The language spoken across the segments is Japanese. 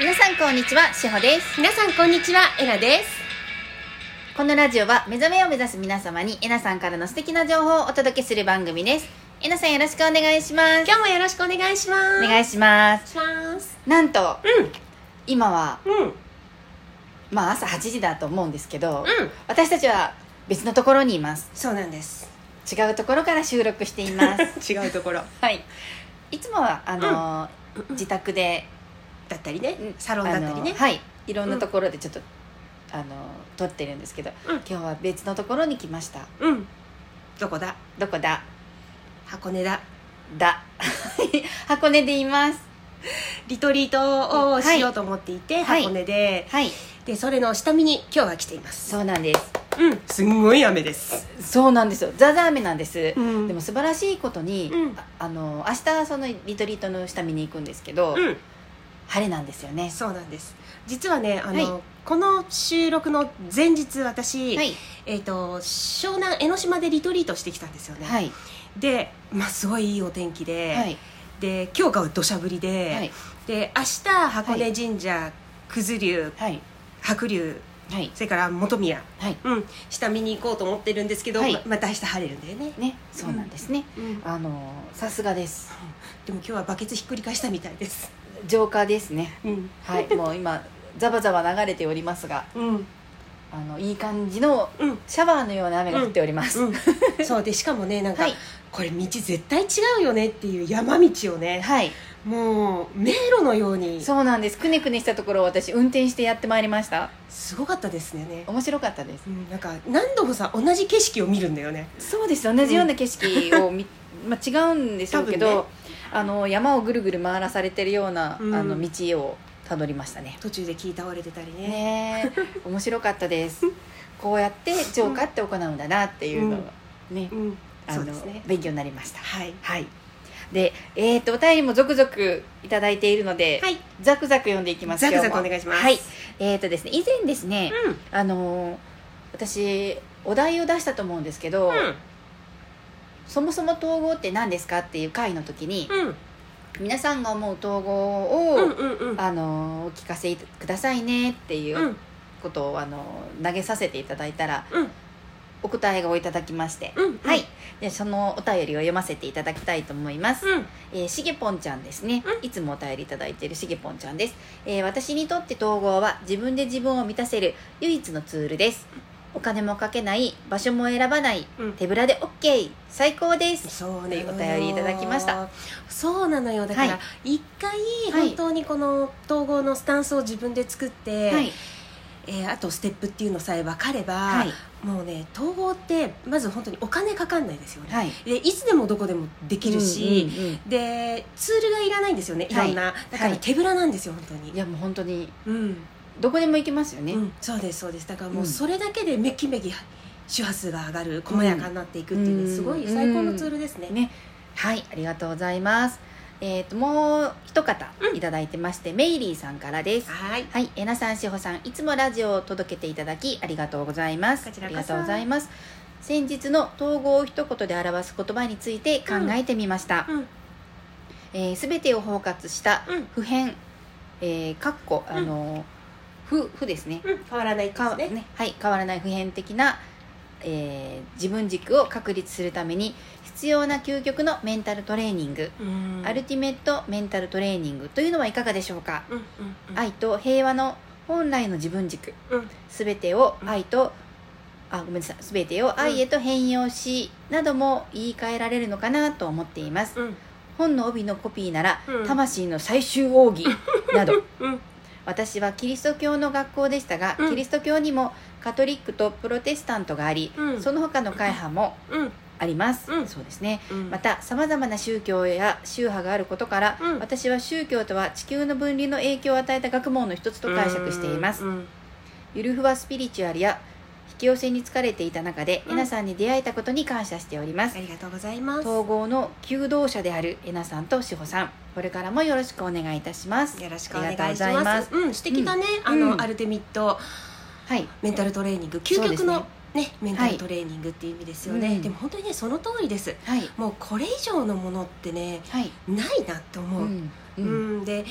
皆さんこんにちは、しほです。皆さんこんにちはエラですこのラジオは目覚めを目指す皆様にえなさんからの素敵な情報をお届けする番組です。えなさんよろしくお願いします。今日もよろしくお願いしますお願いします。しますなんと、うん今は、うんうんまあ朝8時だと思うんですけど、私たちは別のところにいます。そうなんです違うところから収録しています。 違うところはい。いつもは、あのー自宅で、だったりねうんサロンだったりあねのはい。いろんなところでちょっと、あのー撮ってるんですけど、うん今日は別のところに来ました。うんどこだどこだ箱根だだ 箱根でいますリトリートをしようと思っていて、はい箱根で、はいでそれの下見に今日は来ていますそうなんですうんすんごい雨ですそうなんですよザザ雨なんです、うんでも素晴らしいことに、うんああの明日そのリトリートの下見に行くんですけど、うん晴れなんですよねそうなんです実はねあの、はこの収録の前日私、はいえー、と湘南江ノ島でリトリートしてきたんですよね、はいで、まあ、すごいいいお天気で、はいで今日が土砂降りで、はいで明日箱根神社、九頭竜はい白龍はいそれから本宮、はいうん、下見に行こうと思ってるんですけど、はいままた明日晴れるんだよね、ねそうなんですね、うんあのさすがですでも今日はバケツひっくり返したみたいです、ジョーカーですねうん はいもう今ザバザバ流れておりますがうんあのいい感じのうんシャワーのような雨が降っております、うん、 そうでしかもねなんか、はいこれ道絶対違うよねっていう山道をねはいもう迷路のようにそうなんですくねくねしたところを私運転してやってまいりましたすごかったですねね、面白かったですうん、なんか何度もさ同じ景色を見るんだよねそうです同じような景色を見、 まあ、違うんでしょうけ多分ど、ねあの山をぐるぐる回らされてるような、うんあの道をたどりましたね途中で聞いた倒れてたりねねえ面白かったです こうやって浄化って行うんだなっていうのがね,、うんあそのうですね勉強になりましたはいはいでえー、とお便りも続々いただいているので、はいザクザク読んでいきますザクザク今日もお願いしますはいえー、とですね以前ですね、うんあのー私お題を出したと思うんですけど、そもそも統合って何ですかっていう回の時に、うん皆さんが思う統合を、うんうんうんあのーお聞かせくださいねっていううんことを、あのー投げさせていただいたらうんお答えをいただきまして、うんはいでそのお便りを読ませていただきたいと思います、うんえーしげぽんちゃんですね、ういつもお便りいただいているしげぽんちゃんです、えー私にとって統合は自分で自分を満たせる唯一のツールですお金もかけない場所も選ばない、うん手ぶらで OK 最高ですそうねお便りいただきましたそうなのよだから、は一回はい本当にこの統合のスタンスを自分で作って、えーあとステップっていうのさえ分かれば、はいもうね統合ってまず本当にお金かかんないですよね、はいでいつでもどこでもできるし、うんうんうんでツールがいらないんですよねいろんな、だかはらい手ぶらなんですよ本当に、いやもう本当にうんどこでも行けますよね、うん、そうですそうですだからもううんそれだけでめきめき周波数が上がる細やかになっていくっていうね、うんすごい最高のツールですね、ねはいありがとうございますえっ、ともう一方うんいただいてまして、メイリーさんからですはいはい、えなさん、しほさん、いつもラジオを届けていただきありがとうございます。こちらあこりそがとうございます。先日の統合を一言で表す言葉について考えてみました。うんえす、べ、てを包括したうん普遍、えー、かっこあの、ふふですね。うん変わらないですかねねはい、変わらない普遍的な、えー自分軸を確立するために必要な究極のメンタルトレーニング、うんアルティメットメンタルトレーニングというのはいかがでしょうか。うんうんうん愛と平和の本来の自分軸うんすべてを愛と、あごめんなさいすべてを愛へと変容し、なども言い換えられるのかなと思っていますうん本の帯のコピーなら「うん魂の最終 奥義」などうん私はキリスト教の学校でしたが、うんキリスト教にもカトリックとプロテスタントがあり、うんその他の会派もうんあります、うんそうですねうんまたさまざまな宗教や宗派があることから、うん私は宗教とは地球の分離の影響を与えた学問の一つと解釈していますうんゆるふわスピリチュアルや引き寄せに疲れていた中で、うんえなさんに出会えたことに感謝しておりますありがとうございます統合の求道者であるえなさんとしほさんこれからもよろしくお願いいたしますよろしくお願いしありまがすとうございますうん素敵だね、んあの、うんアルテミットはいメンタルトレーニング究そうで極すねのねメンタルトレーニングっていう意味ですよね、はいうんでも本当にねその通りですはいもうこれ以上のものってねはいないなって思うう、んううんんで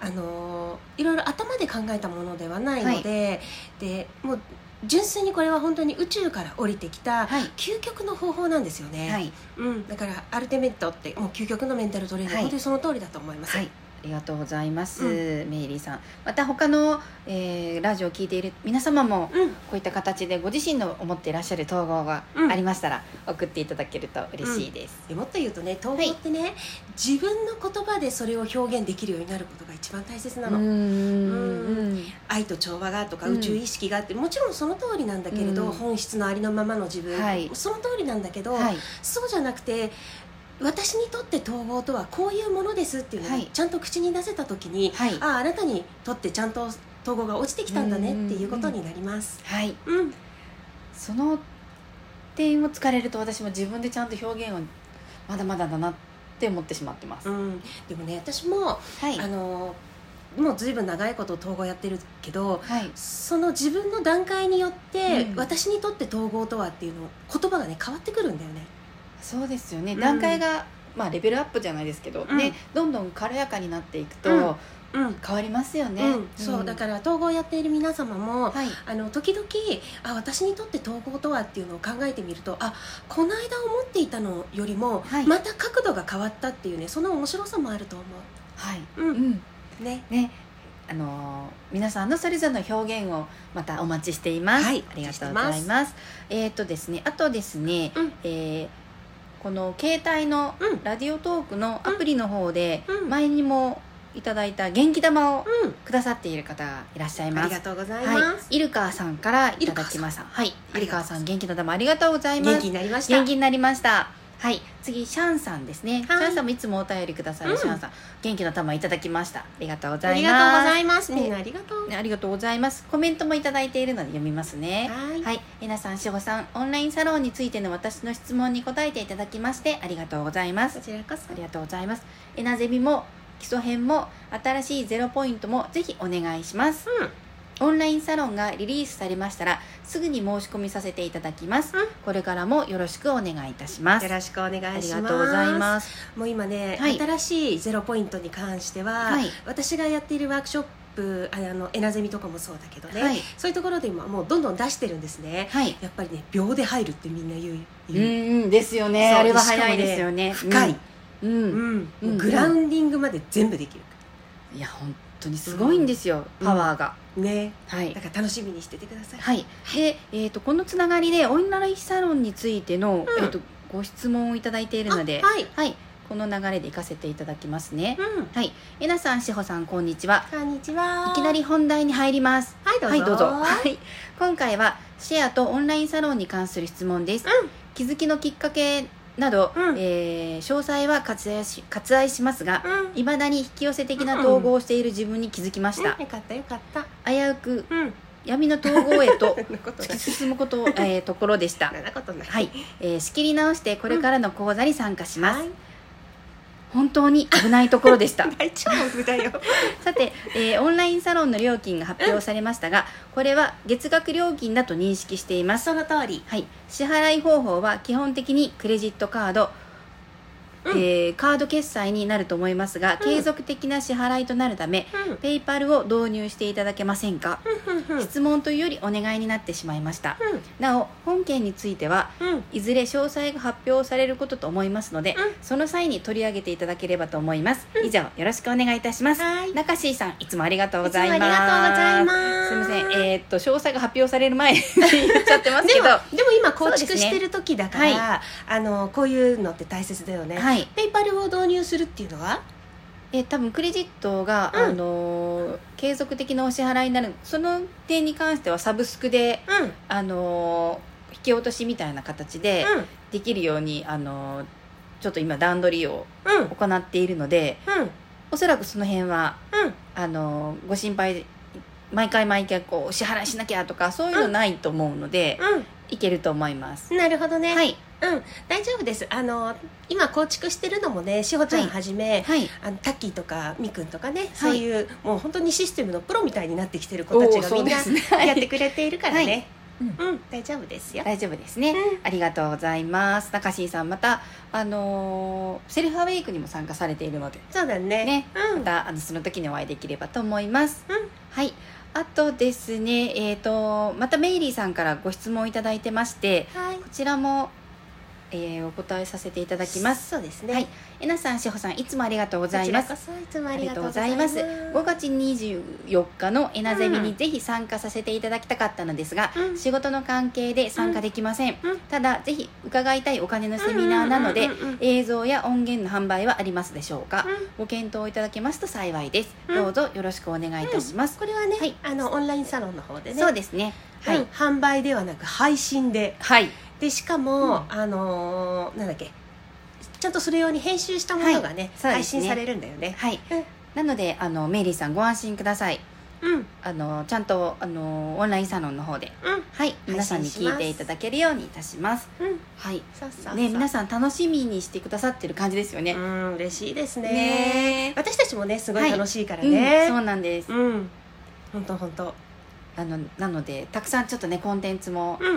あのいろいろ頭で考えたものではないので,、でもう純粋にこれは本当に宇宙から降りてきたはい究極の方法なんですよね、はいうん、だからアルティメットってもう究極のメンタルトレーニング、はい本当にその通りだと思います、はいありがとうございます、メイリーさんまた他の、えーラジオを聞いている皆様もうん、こういった形でご自身の思っていらっしゃる統合がうんありましたら、送っていただけると嬉しいです、でもっと言うとね統合ってね、自分の言葉でそれを表現できるようになることが一番大切なの、うん愛と調和がとかうん宇宙意識があって、もちろんその通りなんだけれど、うん本質のありのままの自分、はいその通りなんだけど、はいそうじゃなくて私にとって統合とはこういうものですっていうのを、はいちゃんと口に出せた時に、はいあああなたにとってちゃんと統合が落ちてきたんだねっていうことになります。はいうん、その点をつかれると私も自分でちゃんと表現をまだまだだなって思ってしまってます、うん、でもね私も、はいあのもうずいぶん長いこと統合やってるけどはいその自分の段階によって、うん私にとって統合とはっていうの言葉がね変わってくるんだよね。そうですよね、うん段階がまあレベルアップじゃないですけど、うんねどんどん軽やかになっていくとうんうん変わりますよね、うん、そうだから統合やっている皆様も、はいあの時々あ私にとって統合とはっていうのを考えてみるとあこの間思っていたのよりも、はいまた角度が変わったっていうねその面白さもあると思はい、う、ううんん、ね、ねあのー皆さんのそれぞれの表現をまたお待ちしています、はいありがとうございお待ちしてますえっ、とですねあとですね、うんえーこの携帯のうんラジオトークのアプリの方でうん前にもいただいた元気玉をうん、くださっている方がいらっしゃいあまりすがとうございはます、い、イルカーさんからいただきましたはいイイルルカカーーささんん元気の玉ありがとうございます元気になりました元気になりましたはい次シャンさんですね、はいシャンさんもいつもお便りくださる、うんシャンさん元気の玉いただきましたありがとうござあいりますがとうごいざいますみんなありがとう、ありがとうございますコメントもいただいているので読みますねはいはい、えなさん、しほさん、オンラインサロンについての私の質問に答えていただきましてありがとうございますこ。ちらこそありがとうございます。エナゼミも基礎編も新しいゼロポイントもぜひお願いします。オンラインサロンがリリースされましたらすぐに申し込みさせていただきます。うんこれからもよろしくお願いいたしまうん、す。よろしくお願いしあまりすがとうございます。もう今ね、はい新しいゼロポイントに関しては、はい私がやっているワークショップああのエナゼミとかもそうだけどね、はいそういうところで今もうどんどん出してるんですねはい。やっぱりね秒で入るってみんな言うう言う、ーんですよね。そうあれは早いですよね。深い、うん。うんうんうんもうグラウンディングまで全部できるかいや本当にすごいんですよ、うんパワーが。らねはいだ。から楽しみにしててください、はい、で、えー、とこのつながりでオンラインサロンについての、うんえー、とご質問をいただいているので、あはいはい、この流れで行かせていただきますね。うんはい、えなさん、しほさん、こんにちは。こんにちはいきなり本題に入ります。はいどうはぞ,、い、どうぞ。はい、今回はシェアとオンラインサロンに関する質問です。うん気づきのきっかけなど、うんえー詳細は割愛し割愛しますが、うんいまだに引き寄せ的な統合をしている自分に気づきましたうん。よかったよかった危うくうん闇の統合へと そんなこと突なきい進むこと、えーところでしたそんなことないはい、えー仕切り直してこれからの講座に参加します、はい本当に危ないところでした 大丈夫だよさて、えーオンラインサロンの料金が発表されましたが、これは月額料金だと認識していますその通りはい支払い方法は基本的にクレジットカード、うんえーカード決済になると思いますがうん継続的な支払いとなるため、うんペイパルを導入していただけませんか、うんうん質問というよりお願いになってしまいました、うんなお本件についてはうんいずれ詳細が発表されることと思いますので、うんその際に取り上げていただければと思います、以上よろしくお願いいたしますはい中椎さんいつもありがとうございますいつもありがとうございますすみませんえーっと詳細が発表される前に言っちゃってますけでどもでも今そ構うで築すねしてる時だから、はあのこういうのって大切だよね、 はいペイパルを導入するっていうのはえー多分クレジットが、うんあのー継続的なお支払いになるその点に関してはサブスクでうん、うん、あのー引き落としみたいな形でできるように、あのーちょっと今段取りをうん行っているのでうんおそらくその辺はうんあのご心配毎回毎回こうお支払いしなきゃとかそういうのないと思うので、いけると思います、うんなるほどね、はいうん大丈夫ですあの今構築してるのもねしほちゃんはじめ、はいあのタッキーとかみくんとかね、そういうもう本当にシステムのプロみたいになってきてる子たおちーがそみうん でなすねはいやってくれているからね、うんうん、大丈夫ですよ。大丈夫ですね、うんありがとうございます中新さんまたあのーセルフアウェイクにも参加されているのでそうだね。ねうまん。たあのその時にお会いできればと思います、うんはいあとですねえっ、とまたメイリーさんからご質問いただいてましてはい。いこちらも、えーお答えさせていただきます。そうですね。はいえなさん、しほさん、いつもありがとうごございますこ。ちらこそいつもあありりががととううごござざいいま。ますす。5月24日のエナゼミにぜひ参加させていただきたかったのですが、うん仕事の関係で参加できません。うんただ、ぜひ伺いたいお金のセミナーなので、うんうんうんうん映像や音源の販売はありますでしょうか、うんご検討いただけますと幸いです。うんどうぞよろしくお願いいたします。これはね、はいあのオンラインサロンの方でね。そうですね。は。はいい、販売ではなく配信ではい。でしかも、あのーなんだっけちゃんとそれ用に編集したものがね,、そう配です信ねされるんだよねはいうん。なので、あの、メイリーさんご安心ください。うんうんあのちゃんとあのオンラインサロンの方で、はい、皆さんに聞いていただけるようにいたします。うんはい、そうそうそうね、皆さん楽しみにしてくださってる感じですよね。うん嬉しいですねね私たちもねすごい楽しいからうん、ね、そうなんです。うん本当本当あのなのでたくさんちょっとねコンテンツもうん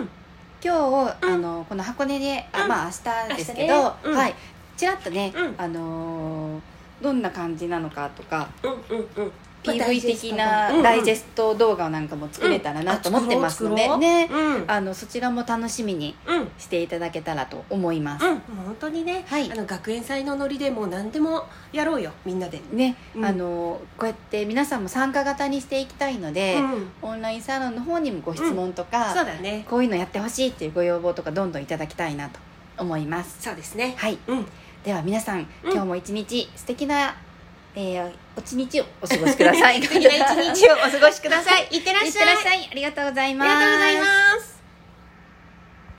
今日を、うんあのこの箱根で、うあんまあ明日ですけ明日どね、うんはい、ちらっとね、うんあのーどんな感じなのかとか。うんうんうん PV 的なダイジェスト動画なんかも作れたらなと思ってますので、ね、うんうんあのそちらも楽しみにうんしていただけたらと思います。うん、本当にね、はいあの学園祭のノリでもう何でもやろうよみんなで、ね、うんあのこうやって皆さんも参加型にしていきたいので、うんオンラインサロンの方にもご質問とそうか、だねこういうのやってほしいっていうご要望とかどんどんいただきたいなと思いますそうですねはいうんでは皆さん、うん今日も一日素敵な、えー、お一日をお過ごしください 素敵な一日をお過ごしください。いってら っいっしてゃらい。っしゃいありがとうございありがとうございます。